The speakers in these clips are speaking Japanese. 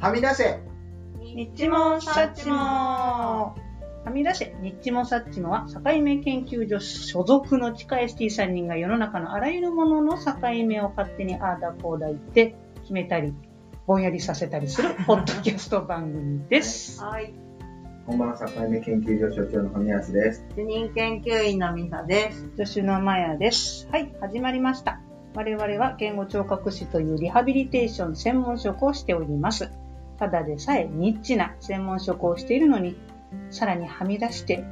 はみ出せ日もさっちもはみ出せ日もさっちもは境目研究所所属の地下 ST3 人が世の中のあらゆるものの境目を勝手にああだこうだ言って決めたり、ぼんやりさせたりするポッドキャスト番組です。はい。こんばんは、境目研究所所長の神安です。主任研究員のミサです。助手のマヤです。はい、始まりました。我々は言語聴覚士というリハビリテーション専門職をしております。ただでさえニッチな専門職をしているのに、さらにはみ出して、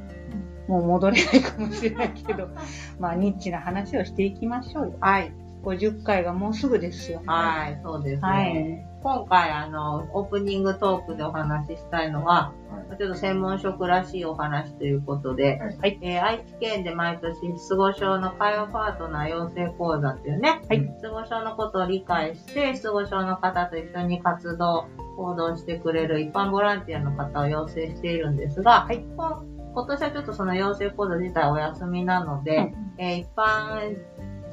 もう戻れないかもしれないけど、 まあニッチな話をしていきましょうよ。はい。 50回がもうすぐですよ。はい、そうです、ね。はい。今回、あの、オープニングトークでお話ししたいのは、はちょっと専門職らしいお話ということで、はいえー愛知県で毎年、失語症の会話パートナー養成講座っていうね、はい失語症のことを理解して、失語症の方と一緒に活動、行動してくれる一般ボランティアの方を養成しているんですが、はいこ今年はちょっとその養成講座自体お休みなので、はいえー一般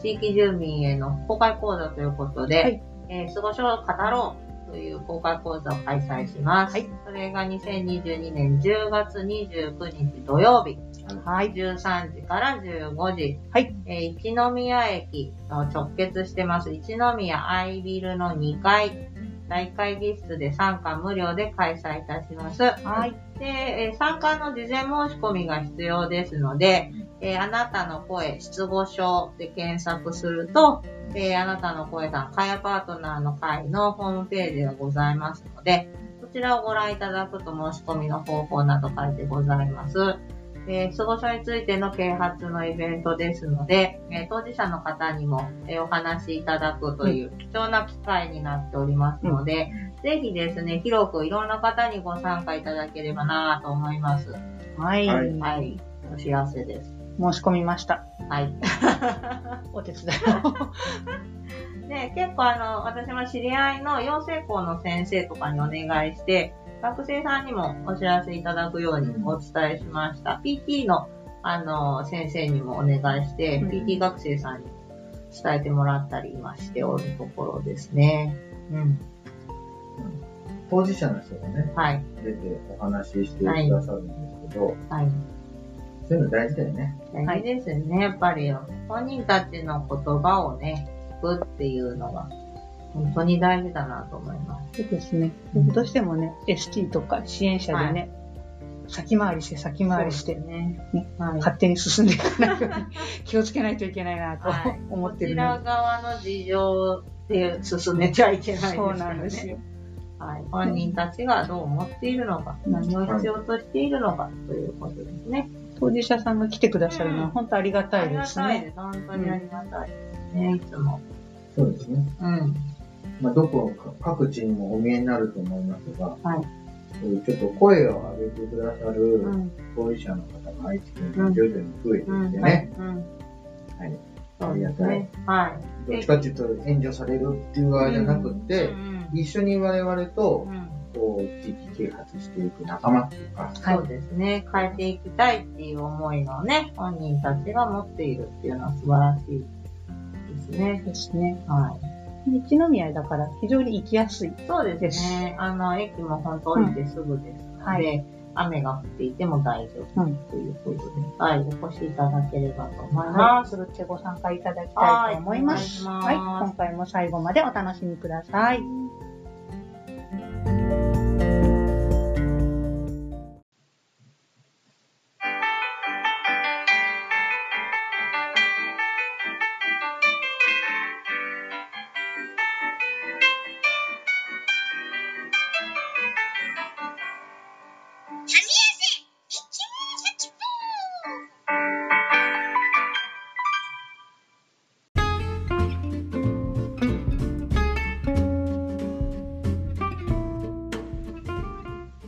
地域住民への公開講座ということで、はいえー、過ごしを語ろうという公開講座を開催します。はいそれが2022年10月29日土曜日、はい。 13時から15時、はいえー一宮駅と直結してます。一宮アイビルの2階、大会議室で参加無料で開催いたします。はい。で、えー参加の事前申し込みが必要ですので、えーあなたの声、失語症で検索すると、えーあなたの声さん、会話パートナーの会のホームページがございますので、そちらをご覧いただくと申し込みの方法など書いてございます。えー、失語症についての啓発のイベントですので、えー当事者の方にも、えーお話しいただくという貴重な機会になっておりますので、ぜひですね、広くいろんな方にご参加いただければなぁと思います。はい。はいはい。お知らせです。申し込みました。はい。お手伝いを。で、結構あの、私も知り合いの養成校の先生とかにお願いして、学生さんにもお知らせいただくようにお伝えしました。PT の、あの、先生にもお願いして、うん PT 学生さんに伝えてもらったり今しておるところですね。うん。当事者の人がね、はい。出てお話ししてくださるんですけど、はい。そういうの大事だよね。大事ですよね、やっぱり。本人たちの言葉をね、聞くっていうのが、本当に大事だなと思います。そうですね。うんどうしてもね、ST とか支援者でね、先回りして先回りして、ねね。はい。勝手に進んでいかないように気をつけないといけないなとはい 思っこてるちのら側の事情で進めちゃいけないですそかうならんね。ですよ。はい。本人たちがどう思っているのか、うん何を必要としているのかということですね。当事者さんが来てくださるのうはん本当ありがたあいりでがすたいね。です。本当にありがたいですね、いつも。そうですね。うん。まあ、どこか、各地にもお見えになると思いますが、はいそういうちょっと声を上げてくださるうん。当事者の方が愛知県に徐々に増えてきてうん。ね、うん。はい。そうですね。はい。どっちかっていうと援助されるっていう側じゃなくって、うん一緒に我々うとんうんこう地域啓発していく仲間っていうか、はいそうですね。変えていきたいっていう思いをね、本人たちが持っているっていうのは素晴らしいですね。ですね。は一宮だから非常に行きやすい。い。そうですね。あの、駅も本当降りてすぐですので、は雨が降っていても大丈う夫んということで、はい、お越しいただければと思いはまい。す。それってご参加いただきたいと思います。はいおは願い。いします今回も最後までお楽しみください。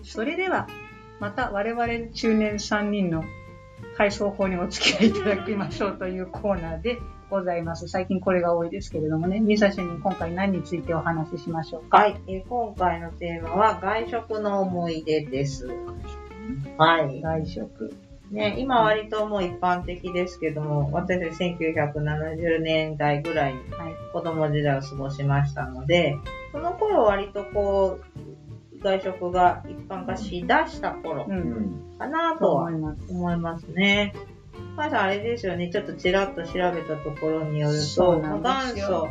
それでは、また我々中年3人の配送法にお付き合いいただきましょうというコーナーでございます。最近これが多いですけれどもね、ミサ主任今回何についてお話ししましょうか。はい、えー今回のテーマは外食の思い出です。はい。外食。ね、今割ともう一般的ですけども、私たち1970年代ぐらいにはい子供時代を過ごしましたので、その頃割とこう、外食が一般化しだした頃うん。うん。かなとと思はいます。思いますね。まずあれですよね、ちょっとちらっと調べたところによるそうと、なんまあです元よ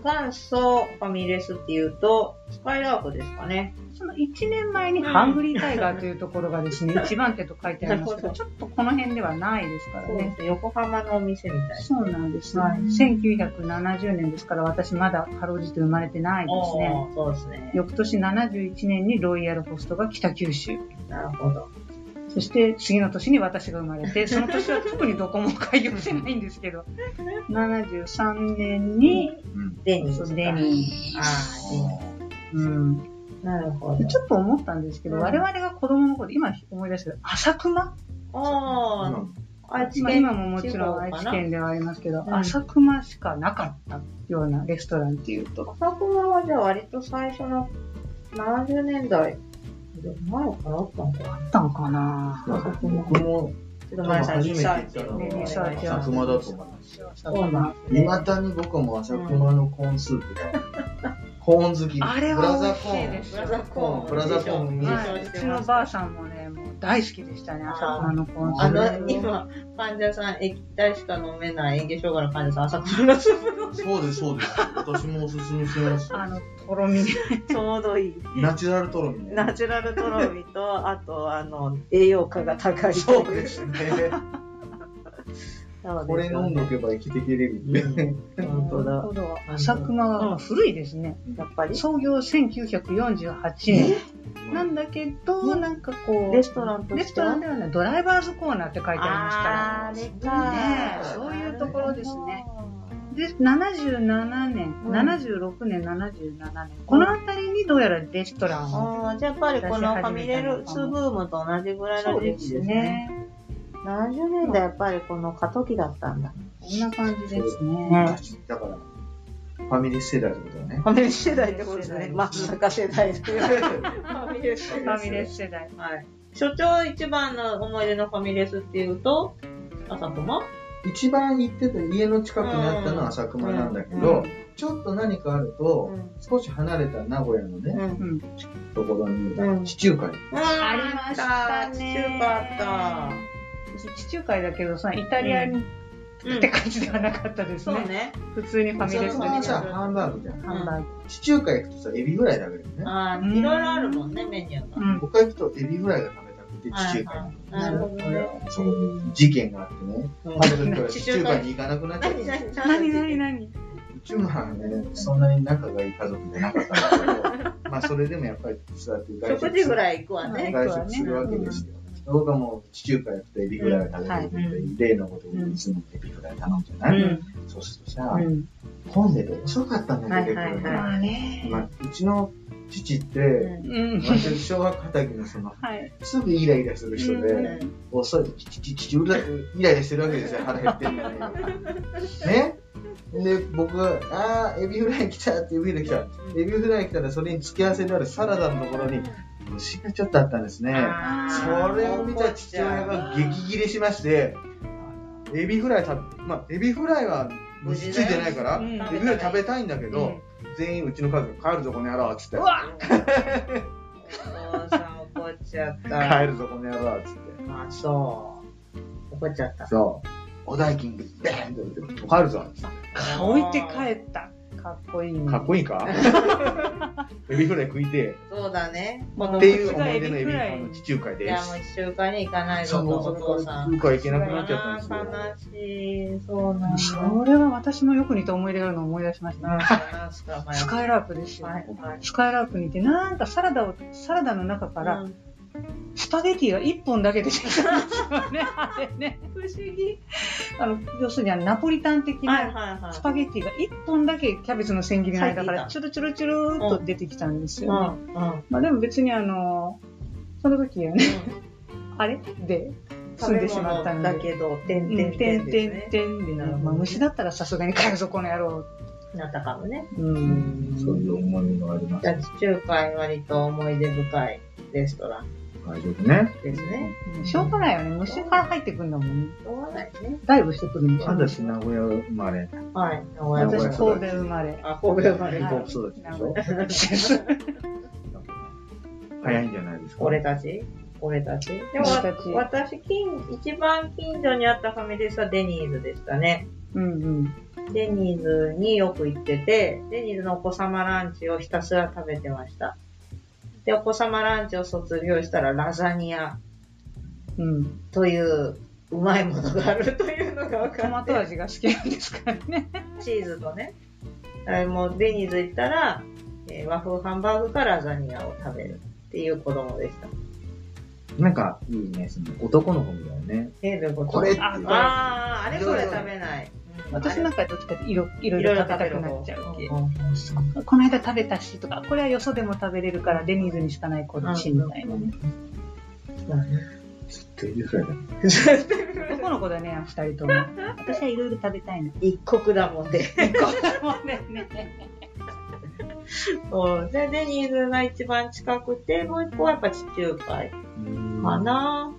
祖、元祖ファミレスっていうと、スカイラークですかね。その1年前にハングリータイガーというところがですね、1番手と書いてありますけど、なちょっとこの辺ではないですからそうでね。すね、横浜のお店みたいな。そうなんですね。はい1970年ですから、私まだかろうじて生まれてないですね。おーそうですね。翌年71年にロイヤルホストが北九州。なるほど。そして次の年に私が生まれ て、その年は特にどこも開業してないんですけど、73年にうん。デニーズか。あデニーデニーー。うん。ズなるほどで。ちょっと思ったんですけど、うん我々が子供の頃、今思い出したけど、浅熊あー、愛知まあ県今ももちろん愛知県ではありますけど、うん浅熊しかなかったようなレストランっていうと。朝熊はじゃあ割と最初の70年代前からあったのかなあったのかななんか僕も、ちょっと前さんリサーチをねリサーチ。浅熊だと思いますそうなんいまだに僕も浅熊のコーンスープが、 コーン好き。あれブラはザー美コ味しいーでン。すブよラザーコーンブラザーコーンにはい、うちのばあさんもね、もう大好きでしたね、あー朝熊のコーンスあーのプ。今患者さん液体しか飲めない嚥下障害の患者さん朝熊のスープ飲んでそうです、そうです。私もおすすめします。あの、とろみ。ちょうどいいナチュラルトロみたい ナな。チュラルとろみとあとあの栄養価が高いそうですね。そうですこれ飲んどけば生きていけれるって。本当だなるほど朝熊うがん古いですね。やっぱり創業1948年。なんだけど、ねなんかこう、レストランとしてはレストランではない、ドライバーズコーナーって書いてありましたから。かねえそういうところですね。で、77年、うん76年、77年、この辺りにどうやらレストランを。ああ、じゃあやっぱりこのファミレスブームと同じぐらいの時期ですね。。70年代やっぱりこの過渡期だったんだ。こんな感じですうんね。だから、ファミリー世代ってことだ ね。ファミレス世代ってことですね。ファミレ松坂世代っていう。ファミレス世ファミレ。ス世代。はい。所長一番の思い出のファミレスっていうと、朝熊一番行ってた家の近くにあったのは浅熊なんだけど、ちょっと何かあると、少し離れた名古屋のね、ん。うん。ところにう、ん地中海。あありましたね中華あっ地中海だけどさ、イタリアにた。うんって感じではなかったですそうね。ね。普通にファミそレのスままでさ、ハンバーグじゃん。ハンバーグ。地中海行くとさ、エビフライだけどね。ああ、いろいろあるもんね、メニューがう。ん。僕が行くとエビフライが食べたくて、はい地中は海いなるほどね。そう事件があってね、うん彼女から地中海に行かなくなっちゃった。何何何何何うちもはね、そんなに仲がいい家族じゃなかったん だけど、まあそれでもやっぱりそうやって外食食事すぐるらい行くわね。外食するわけですよ。僕はもう地中海行くとエビフライを食べたいとういう例のことでいつもエビフライ頼んじゃうない、ん。そうするとさ、うん。混んでて遅かったんだよ、出てはいくるはいはのまあね。まあうちの父って、うん。私小学叩きのその、はい。すぐイライラする人うで、ん遅い、チチチチチ、うらイライラしてるわけですよ、腹減ってんのに。ねで、僕が、あー、エビフライ来たって、エビフライ来た。エビフライ来たら、それに付け合わせであるサラダのところに、虫がちょっとあったんですね。あーそれを見た父親が激切れしまして、エビフライ食べ、まあ、エビフライは虫ついてないから、無事だよエビフライ食べたいんだけど、全員うちの家族帰るぞこの野郎っつってう、わお父さん怒っちゃった。帰るぞこの野郎っつって。あ、そう。怒っちゃった。そう。お代金、ベーンって言って、帰るぞっつって。置いて帰った。かっこいいね。かっこいい かエビフライ食いてそうだね。こえのっていう思い出のエビフライの地中海いでや、すもう。一週間に行かないそぞうと、そおう父さん。中華行けなくなっちゃったんですよ。悲しい。そうなんだ。それは私もよく似た思い出があるのを思い出しましたなね。んか、なんすか、まスカイラープですよは。い、はい。スカイラープにいて、なんかサラダを、サラダの中から、スパゲティが1本だけ出てきたんですよ ね。あれね。不思議。あの、要するにあのナポリタン的はい、はい、なはスパゲティが1本だけキャベツの千切りの入間かっていらたチュルチュルチュルーっと出てきたんですい。よね。まあでも別にあの、その時はね、あれで済んでしまったのだで。けど、てんうてんんててんんててんんててんでなるほどねまあ虫だったらさすがに帰るぞ、この野郎。んなったかもね。うん。そういう思い出がありまじすゃあ、。地中海割と思い出深いレストラン大丈夫ね。ですね。しょうがないよね。虫から入ってくんだもんね。しょうがないね。ダイブしてくるんでしょ。私、名古屋生まれ。はい。名古屋私、です神戸生まれ。あ、神戸生ま全れ。国育ちでしょ。です早いんじゃないですか。俺たち俺たちでも俺たち私近、一番近所にあったファミレスはデニーズでしたね。うんうん。デニーズによく行ってて、デニーズのお子様ランチをひたすら食べてました。で、お子様ランチを卒業したらラザニアうん。といううまいものがあるというのが分トかマってト、味が好きなんですからね。チーズとね、あもうデニーズ行ったら、えー和風ハンバーグかラザニアを食べるっていう子供でした。なんか、いいね、その男の子みたいなね。えー、どういうことこれって、ああー、あれこれ食べない。うん私なんかどっちかっていろいろいいろろいろ食べ食べたるく方なっちゃうけ。うんこの間食べたしとか、これはよそでも食べれるからデニーズにしかないこっちみたいなね。ずっといるからね。男の子だね、二人とも。私はいろいろ食べたいの。一国だもんで。 そうだよね。そう。で、デニーズが一番近くて、もう一個はやっぱ地中海かな。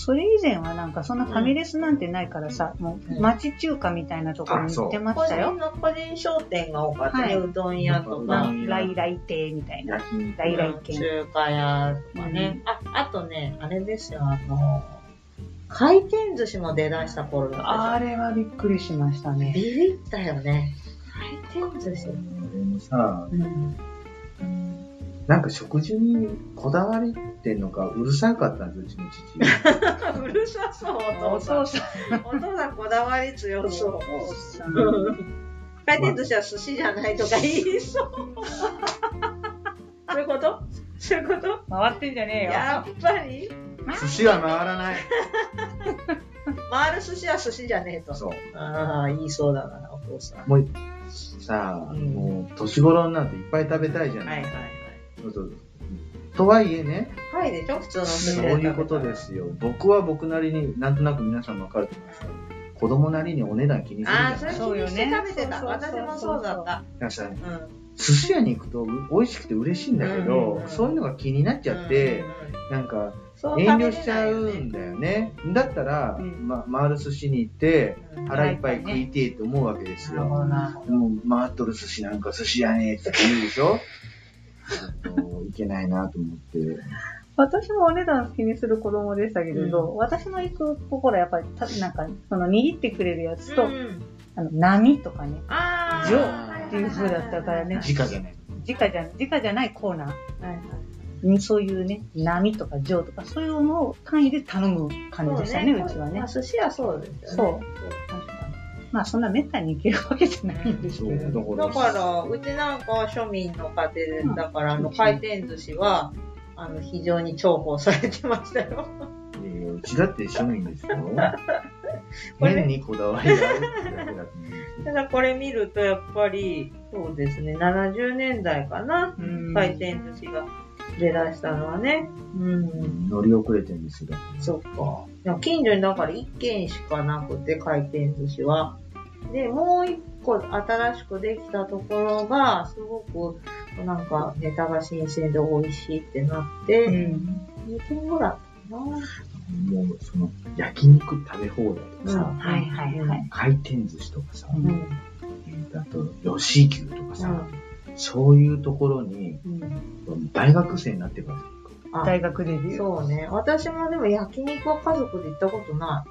それ以前はなんかそんなファミレスなんてないからさ、もう町中華みたいなところに行ってま個したよ人。の個人商店が多かったね。はいうどん屋とうかん、ライライ亭みたいな。焼肉ライライ系。中華屋とかね。あ、あとね、あれですよ、あの、回転寿司も出だした頃だあったれはびっくりしましたじゃん。ね。ビビったよね。回転寿司。俺もさ、うん。なんか食事にこだわりってんのか、うるさかったんですよ、うちの父。 うるさそう、おお父さん父。さお父さんこだわり強そう。 ん。回転寿司は寿司じゃないとか言いそう。そういうことそういうこと回ってんじゃねえよ。やっぱり寿司は回らない。回る寿司は寿司じゃねえと。そう。ああ、言いそうだな、お父さん。もう、さあ、うんもう、年頃になっていっぱい食べたいじゃない。はい。そうそうとはいえね、はいでしょ普通の寿司そうで食べたいうことで。すよ。僕は僕なりに、なんとなく皆さんわかると思いますけど子供なりにお値段気にするじあゃあ、んそだれか気にして食べてた。そうよね私もそうだった。らさうん。寿司屋に行くとう美味しくて嬉しいんだけど、うんそういうのが気になっちゃって、うんうんうんなんかそう遠食べれ慮しちゃうんだよね。だったら、うんま、回る寿司に行って、ないよね。腹いっぱい食いてえと思うわけですうんよ。なるほどでも回っとる寿司なんか寿司やねえって言うでし ょちょっといけないなと思って。私もお値段気にする子供でしたけれど、う私の行くところはやっぱりた、なんか、その握ってくれるやつと、うんあの、波とかね、ああ。上っていう風だったからね直じゃない。直じゃ、直じゃないコーナはいはいーに、そういうね、波とか上とか、そういうのを単位で頼む感じでしたね、うちはねまあ、。寿司はそうですよねそう。まあ、そんなめったに行けるわけじゃないんですそけう、れど。だだから。から、うちなんかは庶民の家庭でうん、だから、あの、回転寿司は、あの、非常に重宝されてましたよ。いやいやうちだって庶民ですよ。 これ変にこだわりがあるってだけだと思うんですよただ、これ見ると、やっぱり、そうですね、70年代かな、うん回転寿司が出だしたのはね。うん、乗り遅れてるんですよ。そっか。でも近所にだから1軒しかなくて、回転寿司は。で、もう1個新しくできたところが、すごく、なんか、ネタが新鮮で美味しいってなって、うん。 2軒ぐらいかな。もう、その、焼肉食べ放題とかうんさ、はいはいはい。回転寿司とかさ、ううんん。あと、吉牛とかさ、そういうところに、うん。大学生になってからあ大学デビュー。そうね。私もでも焼肉は家族で行ったことない。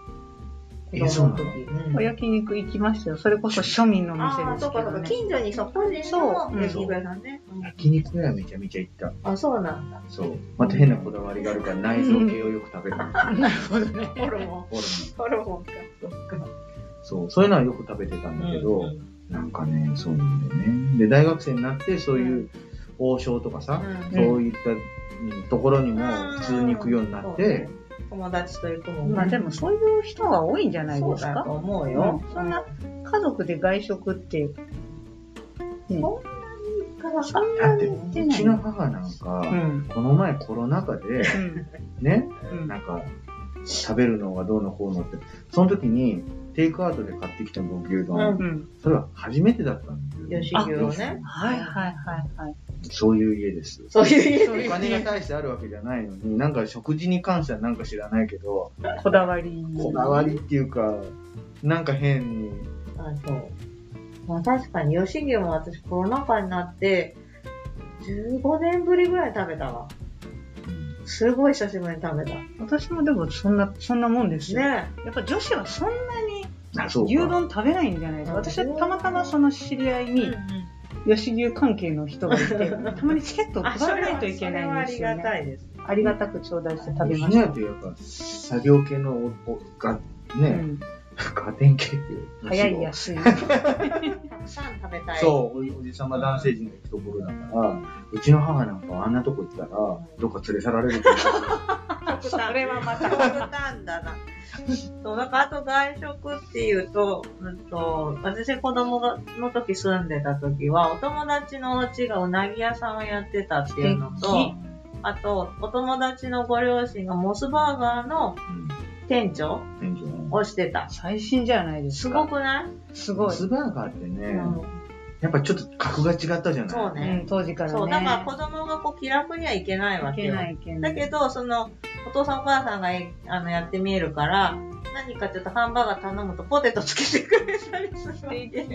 え子供のそう時。うんお焼肉行きましたよ。それこそ庶民の店あであ、そすうけかそどうか。ね。近所にそこでそううんの焼肉屋さんね。うん焼肉屋めちゃめちゃ行った。あ、そうなんだ。そう。また変なこだわりがあるから内臓系をよく食べるんですよ。なるほどね。 ホルモホルン。モンホルモンか。そっか。 そう。そういうのはよく食べてたんだけど、うんなんかね、そうなんだよね。で、大学生になって、そういう王将とかさ、うんそういったうんところにも普通に行くようになっそうてね、友達と行くもんねまあでもそういう人が多いんじゃないそでうすだとか。思うよう。んそんな家族で外食って、からそんだなって、に行ってうない。ちの母なんうか、ん。この前コロナ禍で、うん。ね、うんなんか、食べるのがどうのこうのって、その時に、テイクアウトで買ってきたご牛う丼、うん。それは初めてだったんです吉よ。牛をね。はいはいはいはい。そういう家です。そういうそういおう金が大してあるわけじゃないのに、なんか食事に関してはなんか知らないけど、こだわり。こだわりっていうか、なんか変に、あそう。まあ確かに、吉牛も私コロナ禍になって、15年ぶりぐらい食べたわ。すごい久しぶりに食べた。私もでもそんな、そんなもんですよ。ねやっぱ女子はそんなにあ、そう牛か。丼食べないんじゃないですか。私はたまたまその知り合いえ。に吉牛関係の人 がいて、たまにチケットをあ、配そられないはといけないんですそれはありがよ、たね。いです。ありがたく頂戴して食べひまなした。やとやっぱ、作業系のお、お、が、うね、ん、ガテン系っていう。早い安い。たくさん食べたい。そう、おじおじさま男性陣が行くところだから、うちの母なんかあんなとこ行ったら、どっか連れ去られると思それはまた極端だな。そう、なんかあと外食っていうと、うんと、私子供がの時住んでた時は、お友達のお家がうなぎ屋さんをやってたっていうの素と、あと、お友達のご両親がモスバーガーの店長う。店長ね。をしてた。最新じゃないですすごか。くない、すごモい。スバーガーってうね、ん、やっぱちょっと格が違ったじゃないそうねうん、当時からね。そう、だから子供がこう気楽にはいけないわいけけよ。ないいけだない。けど、その、お父さんお母さんがえあのやってみえるから、何かちょっとハンバーガー頼むとポテトつけてくれたりするわけで、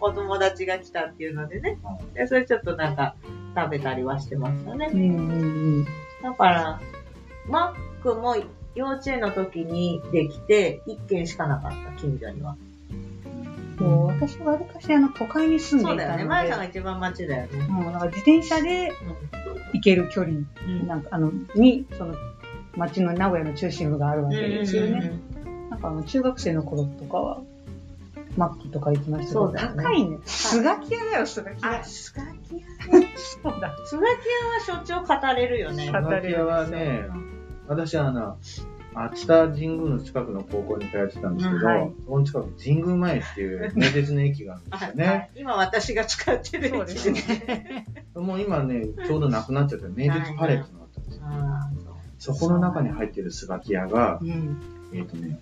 お友達が来たっていうのでね。でそれちょっとなんか食べたりはしてましたねう。んうんうん。だから、マックも幼稚園の時にできて、1軒しかなかった、近所には。もう私はわりかしあの都会に住んそでういだたよね。ので、まゆさんが一番街だよね。もうなんか自転車で行ける距離うんなんかあのにその町の名古屋の中心部があるわけですよね。なんかあの中学生の頃とかはマックとか行きましたけそど、うだよね高いね。スガキ屋だよスガキあ、屋。スガキ屋。そうだ。スガキ屋はしょっちゅう語れるよね。語れるキ屋はね、私はあの、熱田神宮の近くの高校に通ってたんですけうんど、はいその近くに神宮前っていう名鉄の駅があるんですよはね。い今私が使ってるそうですね。もう今ね、ちょうどなくなっちゃった名鉄パレットのあったんですよ。あそこの中に入ってるスガキ屋がう、ん。えっ、とね、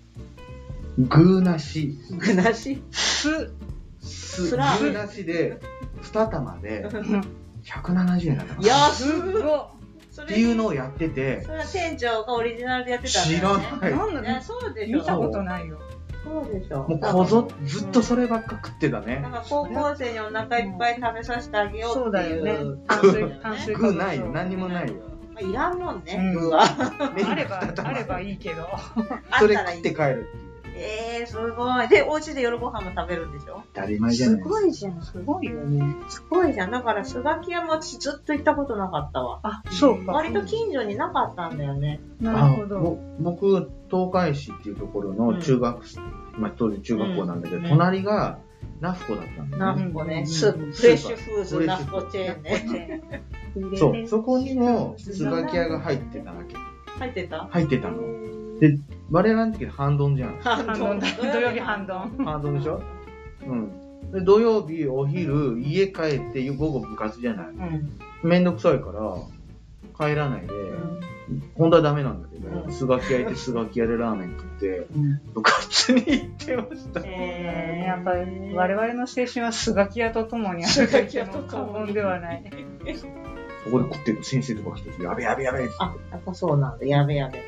具なし、ー具なし。す、すす具らなしで、2玉で170円だったかなっ安すっごそていうのをやっててそ、れは店長がオリジナルでやってたんだ知よらね。ない。い。なんだいやね。そうでしょ。見たそことないよ。うでしょ。もうこぞ、ずっとそればっか食ってただねか。ら高校生にお腹いっぱい食べさせてあげようそっうてだいよう。ね。炭炭水水、炭水化物具ないよ、何にもないよ。まあいらんもんね。うん具は。あれば、あればいいけど。あそっれたら食いっいて。帰る。えー、すごい。で、お家で夜ご飯も食べるんでしょ当たり前じゃすないごいじゃん。すごいよね。すごいじゃん。だから、スガキ屋も私ずっと行ったことなかったわ。あ、そうか。割と近所になかったんだよね。なあるほど。ぼ僕、東海市っていうところの中学、まあ当時中学校なんだけど、うん隣がナフコだったんだなよね。んかうんね、スープ、フレッシュフーズ、ナフコチェーンね。そ入れう、てそこにも、スガキ屋が入ってたわけ。入ってた入ってたの。で、我々の時半丼じゃん。半ドンだ土曜日半ドン。半丼でしょうん。で、土曜日、お昼、家帰って、午後部活じゃない。うん。めんどくさいから、帰らないで、本当はダメなんだけうど、んスガキ屋行って、スガキ屋でラーメン食って、うん部活に行ってました。えねー、やっぱり我々の青春はスガキ屋とともにあるだけの過言ではない。そこで食ってる先生とか来て、やべやべやべってあ、やっぱそうなんだ。やべやべ。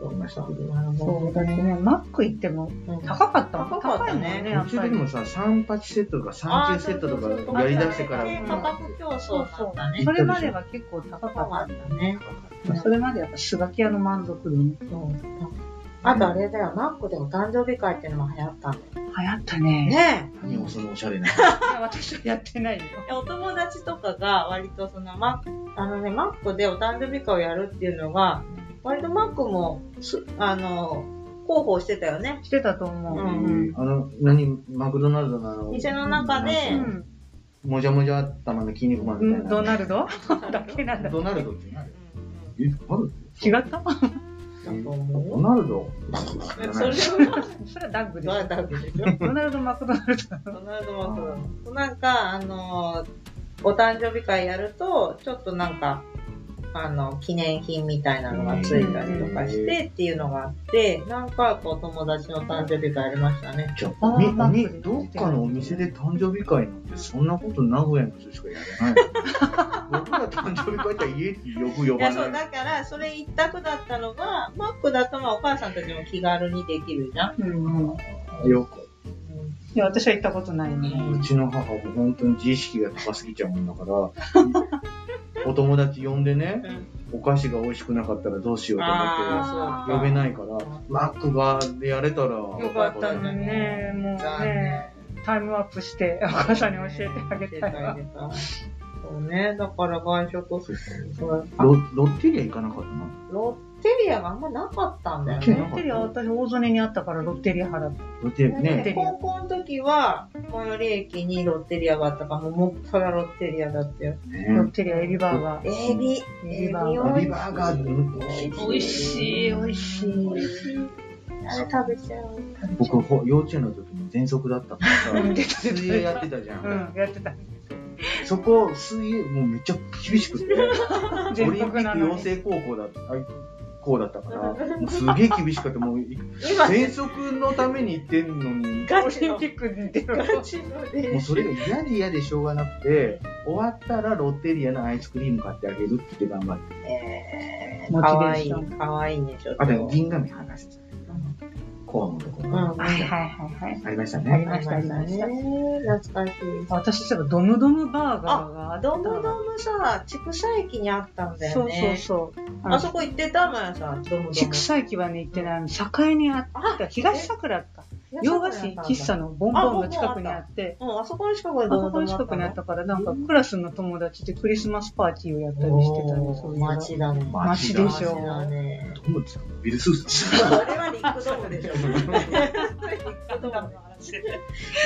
思いましたけど。なるそうほだどね。ね。マック行ってもうん高かったもん高かったね途高いもんねやっぱ中でり。もさ、3八セットとか3級セットあーそうそうとそうかやりだしてから、ね価格競そう争だそったう。ね。それまでは結構高そうかなっんだね。た。それまでやっぱスガキ屋の満足度ね。あとあれだよ、マックでも誕生日会っていうのも流行ったんだよ。流行ったね。ね何をそのおしゃれな。いや私はやってないよ。え。お友達とかが割とそのマック、あのね、マックでお誕生日会をやるっていうのが、割とマックもす、あの、広報してたよね。してたと思う。うんあの、何、マクドナルドのあの、店の中でなんかもじゃもじゃ頭の筋肉マンうみたいん。な。ドナルドだけなんだ。ドナルドって何うえ、ある違ったんうん。だとド思う。ナルドそれじは、それはダッグでどうやっす。たわけでしょ ドナルド・マクドナルド。ドナルド・マクドナルドなんか、あのー、お誕生日会やると、ちょっとなんか、あの、記念品みたいなのがついたりとかしてっていうのがあって、何回かお友達の誕生日会やりましたね。ゃあーあ、みマックでみどっかのお店で誕生日会なんて、そんなこと名古屋の人しかやらない。僕ら誕生日会って家って呼ぶ呼いや、ばそう、ない。だから、それ一択だったのが、マックだとまあお母さんたちも気軽にできるじゃん。うんうん。いよくや、私は行ったことないね。うちの母 も本当に自意識が高すぎちゃうもんだから、お友達呼んでね、うんお菓子が美味しくなかったらどうしようと思ああ、ってそうか。呼べないから、マックがでやれたら、よかったんだねねえ、もう残ね、タイムアップして、お母さんに教えてあげ出たたいわ。出た。そうね、だから外食すそうロロッテリア行かなかったな。ロッテリアがあんまなかったんだよロ出ねた。ッテリア、私、大曽根にあったから、ロッテリア払って。ロッテリアロッテね。リア高校の時は、最寄り駅にロッテリアがあったから、もうもっぱらロッテリアだったよ。ロッねテリア、エビバーガー。エビ。エビバエビーをガエビバーガーー。美味しい、美味しい。あれ食べちゃう。僕、ほ幼稚園の時に喘息だったからうん出さ、水泳やってたじゃ。うんん、やってた。そこ、水泳、もうめっちゃ厳しくて、オリンピック養成高校だった、校だったから、 もうすげえ厳しかった。もう、今、喘息のために行ってんのに、オリンピック に出る。ガチのでもうそれが嫌で嫌でしょうがなくて、終わったらロッテリアのアイスクリーム買ってあげるって言って頑張って。えモー、チかベーわいシいョン、かわいいね、ちょっと。あ、でも銀紙剥がしてた。コアのとこうろ。ん、うん。はいはいはいはい。ありましたありね。ました、ありました。懐かしい。私、そういえば、ドムドムバーガーがあった。ドムドムさ、畜産駅にあったんだそようね。そうそう。ああのそこ行ってたのよさ、ドムドム。畜産駅はね、行ってない。あの栄にあった、東桜か。洋菓子喫茶のボンボンの近くにあって、うん、あそこの近くあにドそムこドムのあ近ったくにあのったから、なんかクラスの友達でクリスマスパーティーをやったりしてたの、そういえば街だね。街でしょ街だね。どうもですかビルスーそ ツ。れはリックドームでしょ。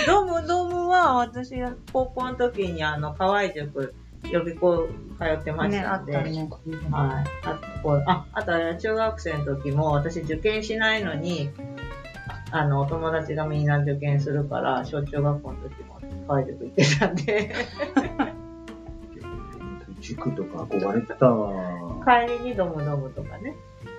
ドムドムは私が高校の時にあの、河合塾予備校通ってましね、たあっんで。たね。はい。あとこう、あ、あとあれ中学生の時も、私受験しないのに、あの、お友達がみんな受験するから、小中学校の時も、海塾行ってたんで、塾とか憧れてたわ。帰りにドムドムとかね、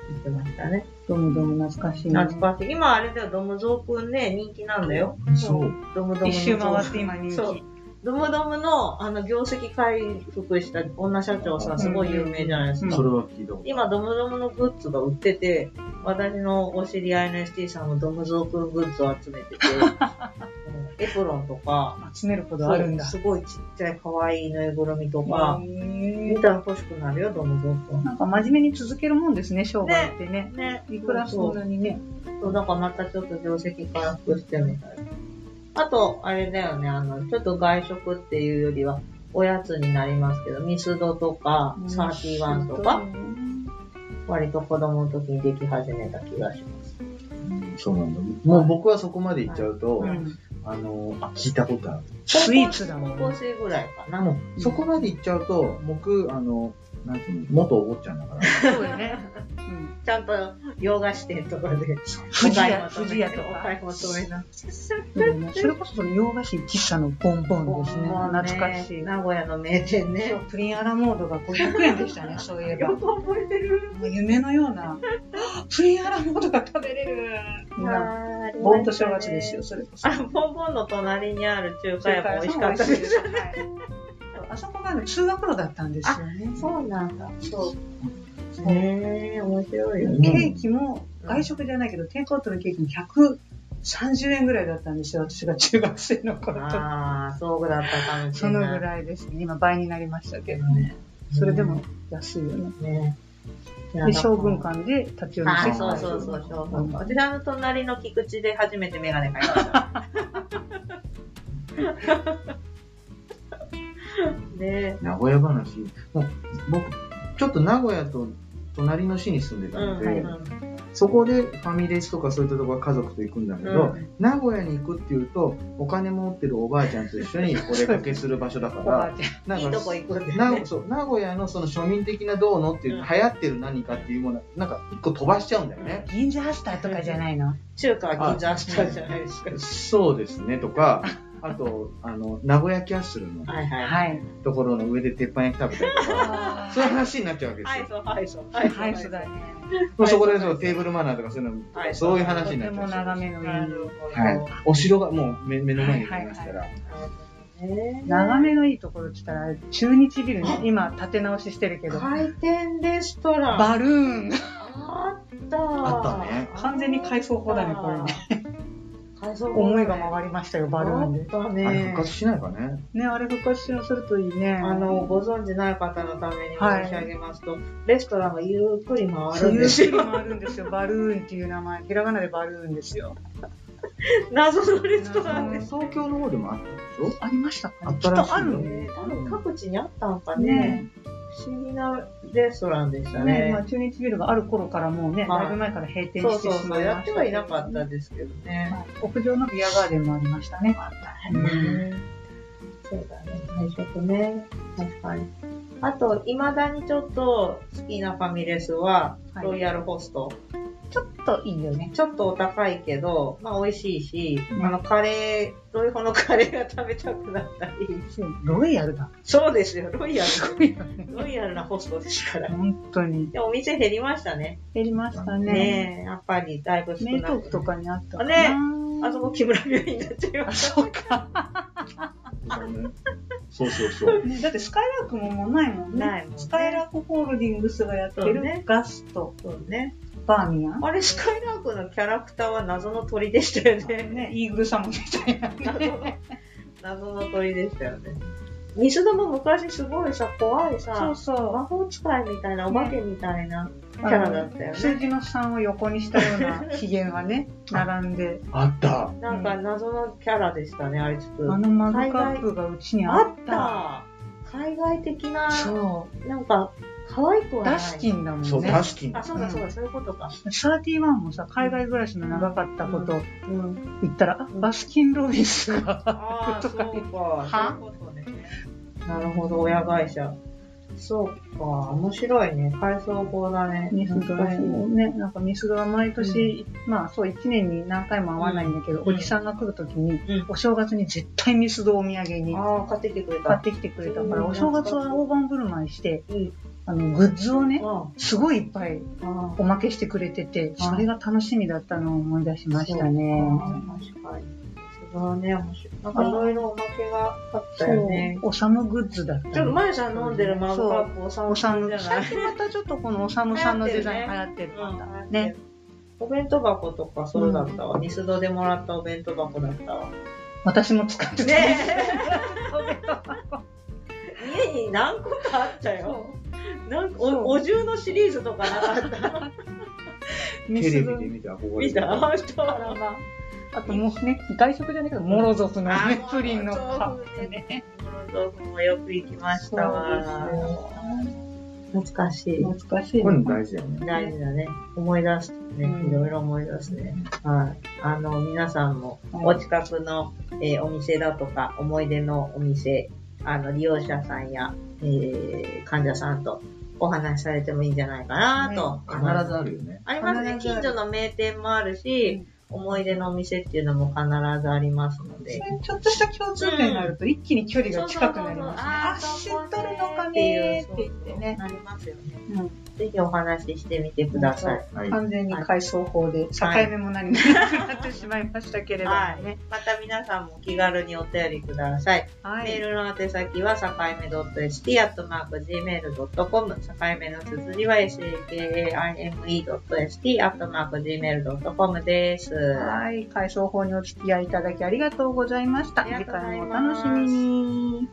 行ってましたね。どムどム懐かしいな。懐かしい。今あれだよ、ドムゾウくんね、人気なんだよ。そう。ドムドムのゾウ。一周回って今人そう気。ドムドムの、あの、業績回復した女社長さん、すごい有名じゃないですか。それは聞いたこと今、ドムドムのグッズが売ってて、私のお知り合いの ST さんもドムゾーくんグッズを集め てて、うんエプロンとか、集めるほどあるんだ。そうすごいちっちゃい可愛いぬいぐるみとか、見へーたら欲しくなるよ、ドムゾーくん。なんか真面目に続けるもんですね、商売ってね。ねいくらそんなにね。そう、だからまたちょっと業績回復してみたい。あと、あれだよね、あの、ちょっと外食っていうよりは、おやつになりますけど、ミスドとか、サーティワンとか、割と子供の時にでき始めた気がします。うんそうなんだ。もう僕はそこまで行っちゃうとう、ん。あの、あ聞いたことある。スイーツだもん高校生ぐらいかな。もう、そこまで行っちゃうと、僕、あの、なんていうの、元お坊ちゃん だから、そうよね。うんちゃんと洋菓子店とかで。富士屋、お買い求め富士屋とおか。買い求めな。そうねそれこそその洋菓子喫茶のボンボンですね。もう懐かしい。名古屋の名店ねそう。プリンアラモードが500円でした ね、そういえば。よもく覚えてる。う夢のよう な、プリンアラモードが食べれる。なあーボンと正月ですよ、。それこそ。ありましたねあ、ボンボンの隣にある中華屋も美味しかった中華屋さんも美味しいで。ですすはいあそこがね通学路だったんですよね。そうなんだ。そう。へえ、面白いよね。ケーキも外食じゃないけど、テイクアウトのケーキも130円ぐらいだったんですよ、私が中学生の頃と。ああ、そうだったかもしそれのない。ぐらいですね。今倍になりましたけどね。それでも安いよね。い。ね。で将軍館で立ち寄りあ席ーそうそうそうそうそう。こちらの隣の菊池で初めてメガネ買いました。 で、名古屋話、もう、僕、ちょっと名古屋と隣の市に住んでうたんのうで、んそこでファミレスとかそういったところは家族と行くんだけうど、ん。名古屋に行くっていうと、お金持ってるおばあちゃんと一緒 にお出かけする場所だかおばあら、ちゃん。なんいかいとこ行くんでなね。そう名古屋のその庶民的などうのっていう、うん流行ってる何かっていうもの、なんか一個飛ばしちゃうんだよね。銀座ハスターとかじゃないの中華は銀座したじゃないですか。そうですねとか、あと、あの、名古屋キャッスルのはいはい。はい。ところの上で鉄板焼き食べたりとか、 はそういう話になっちゃうわけですはよい、。そう、はい、そう。い、はい、そうだね。もうそこでそうテーブルマナーとかそういうはの、いそういうと話にてなっちゃもうし。眺めのないるい。ほど。はい。お城がもう目目の前にありますから。ね眺めのいいところって言ったら、中日ビルね。今、建て直ししてるけど。回転レストラン。バルーン。あったあったね完全に改装法だねこれね。回や、そう。思いが回りましたよ、バルーンで。あったあれね復。活しないかね。ね、あれ復活するといいね。あの、ご存知ない方のために申し上げますと、レストランがゆっくり回そるうんいでうす。種類もあるんですよ。バルーンっていう名前。ひらがなでバルーンですよ。謎のレストランです。東京の方でもあったでしょありましたかあねっきたっらしいとあるのね。ね多分各地にあったんかね。ね不思議なレストランでしたねまあ、ね。中日ビルがある頃からもうね、はいだいぶ前から閉店そうしてそうしそまう、いやまっしてたはけいどなねかったですけどね。はい屋上のビアガーデンもありましたね。そうだね、配色ね。確かに。あと、未だにちょっと好きなファミレスは、はいロイヤルホスト。ちょっといいよね。ちょっとお高いけど、まあ美味しいし、うんあのカレー、ロイホのカレーが食べたくなったり。ロイヤルだ。そうですよ、ロイヤル。ロイヤルなホストですから。本当に。でもお店減りましたね。減りましたね。ねえ、やっぱりだいぶ少な名く東区とかにあったかなねあそこ木村病院になっちゃいまあし そうか、そうそうそう。ねだってスカイラークももうないもんた。ね。ないもん。スカイラークホールディングスがやってそる、うねガスト、そうね。バーミヤン。あれ、スカイラークのキャラクターは謎の鳥でしたよね。ね、イーグルサムみたいな謎ね。の、 謎の鳥でしたよね。西田も昔すごいさ、怖いさ、そうそう。魔法使いみたいな、お化けみたいなキャラだったよね。数字の3を横にしたよ うな機嫌がね、並んで、あった。なんか謎のキャラでしたね、あれちょっあと。のマグカップがうちにああっった。た海外的な、そなんか、可愛くう。はない。ダスキンだもんね。そう、ダスキンあ、。そうだそうだ、そういうことか。サーティワンもさ、海外暮らしの長かったことうん。言ったら、あバスキンロビンスが。ああ、そうか。そういうはことね。なるほど、親会社。そうか、面白いね。改装法だね。ね、本当難しいねね、なんかミスドは毎年、まあそう、1年に何回も会わないんだけど、うんおじさんが来るときに、うんお正月に絶対ミスドをお土産にああ、買ってきてくれ。買ったてきてくれたかうら、んお正月は大盤振る舞いして、うんあの、グッズをね、あすごいいっぱいああおまけしてくれてて、はいそれが楽しみだったのを思い出しましたね。あ、確かに。それはね、面白い。なんかいろいろおまけがあったよね。おさむグッズだっちたょっと、の。まゆさん飲んでるマグカップ、おさおむささんむじゃさなっいきまたちょっとこのおさむさんのデザイン流流行ってるうんかだね。お弁当箱とかそうだったわ。ミスドでもらったお弁当箱だったわ。私も使ってた。家に何個かあったよ。なんかおお重のシリーズとかなかっテた。ミレスビドで見て憧れ 見たた。本当あらまあともうね、外食じゃないけど、モロゾフのね、プリンのカップね。豆腐もよく行きましたわ。懐かしい。懐かしいこれもな。大事だよね。大事だね。思い出すね。うんいろいろ思い出すね。はい。あの、皆さんも、はおい近くの、えーお店だとか、思い出のお店、あの、利用者さんや、えー患者さんとお話しされてもいいんじゃないかなと。必ずあるよね。ありますね。必ずあ近る所の名店もあるし、思い出のお店っていうのも必ずありますので。ちょっとした共通点があると一気に距離が近くなりますね。あ、知っそうそうとそうるのかあねーーって言ってね。そうそうなりますよね。うんぜひお話ししてみてください。はい。完全に改装法で境目も何もなくなってしまいましたけれどもはいね。。また皆さんもお気軽にお便りください。はメーい。ルの宛先は、さかいめ .st.gmail.com、さかいめの綴りは sakaime.st.gmail.com です。はい。改装法にお付き合いいただきありがとうございました。ありが次とうござ回いもおま楽すしみに。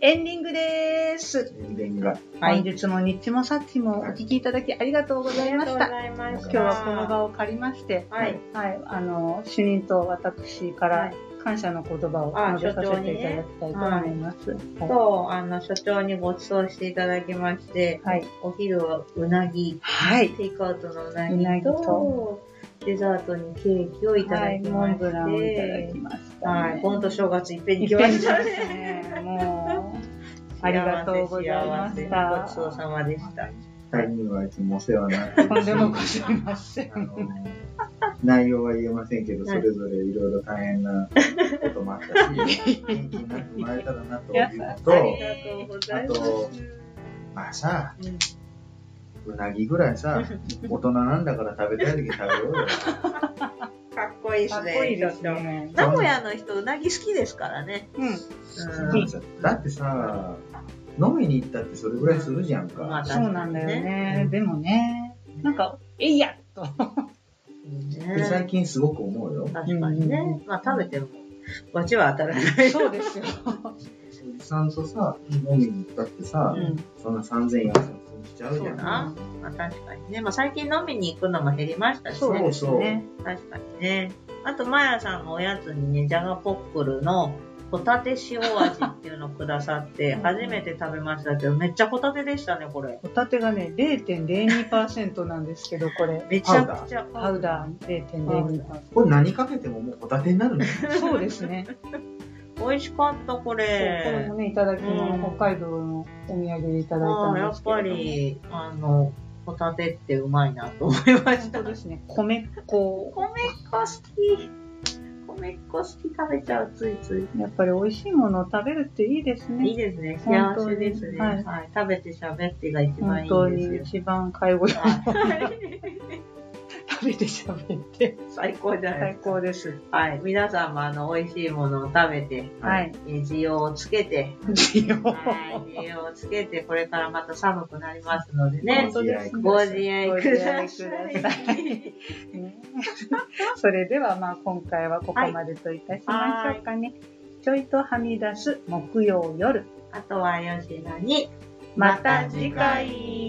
エンディングです。宣伝が。本日も日もさっちもお聞きいただきありがとうございました。ありがとうございました今日はこの場を借りまして、はい。はい、あの、主任と私かはらい感謝の言葉あを述べさせていただきたいと思います。はと、あの、所長にご馳走していただきましてい。、はい。お昼はうなぎ、はい。テイクアウトのうなうなぎぎとと、デザートにケーキをいただきモまンしブランをいただてき、ました、はい、盆と正月いっぺんいにっ行きまぺんしたでね。すね。もう、ありがとうございまし幸た。せごちそうさまでした。二人にはいつもお世話になってとんでもございませあん。の内容は言えませんけど、それぞれいろいろ大変なこともあったし、元気になってもらえたらなというのあとり、がとうござあいます。と、まあさ、うなぎぐらいさ、大人なんだから食べたい時食べようよ。かっこいいでかすっね。こいいですね。名古屋の人、うなぎ好きですからね。うん。うん好きだってさ、飲みに行ったってそれぐらいするじゃんか。まあそうなんだよね。でもね、なんか、えいやと。でね最近すごく思うよ。確かにね。まあ食べても、罰は当たらない。そう ですよ。おじさんとさ、飲みに行ったってさ、うん。そんな3000、4000しちゃうじそうゃん。な。まあ確かにね。まあ最近飲みに行くのも減りましたしそうねで。すね。確かにね。あと、まやさんがおやつにね、ジャガポックルのホタテ塩味っていうのをくださって、うん初めて食べましたけど、めっちゃホタテでしたね、これ。ホタテがね、0.02%なんですけど、これ。めちゃくちゃ。パウダー0.02%。これ何かけてももうホタテになるのそうですね。そう美味しかった、ここれれも。ね、いただきもうの、ん北海道のお土産でいただいたあんあやですっけれぱども。り、あの、ホタテってうまいなと思いまし本た当。ですね。米粉。米粉好き。米粉好き食べちゃう、ついつい。やっぱり美味しいものを食べるっていいですいいね。ですね。本幸当せにですね。はいはい。食べて喋ってが一番いい本当んですによ。一番介護用はい食べて喋って。最高じゃないで最すか。高です。はい。皆さんもあの、美味しいものを食べて、はい。えー需要をつけて、需要。はい需要をつけて、これからまた寒くなりますのでね本。当ですね。ご自愛くださご自愛いく。ださいねそれではまあ今回はここまでといたしましょうかね。ちょいとはみ出す木曜夜。あとは吉野に、また次回。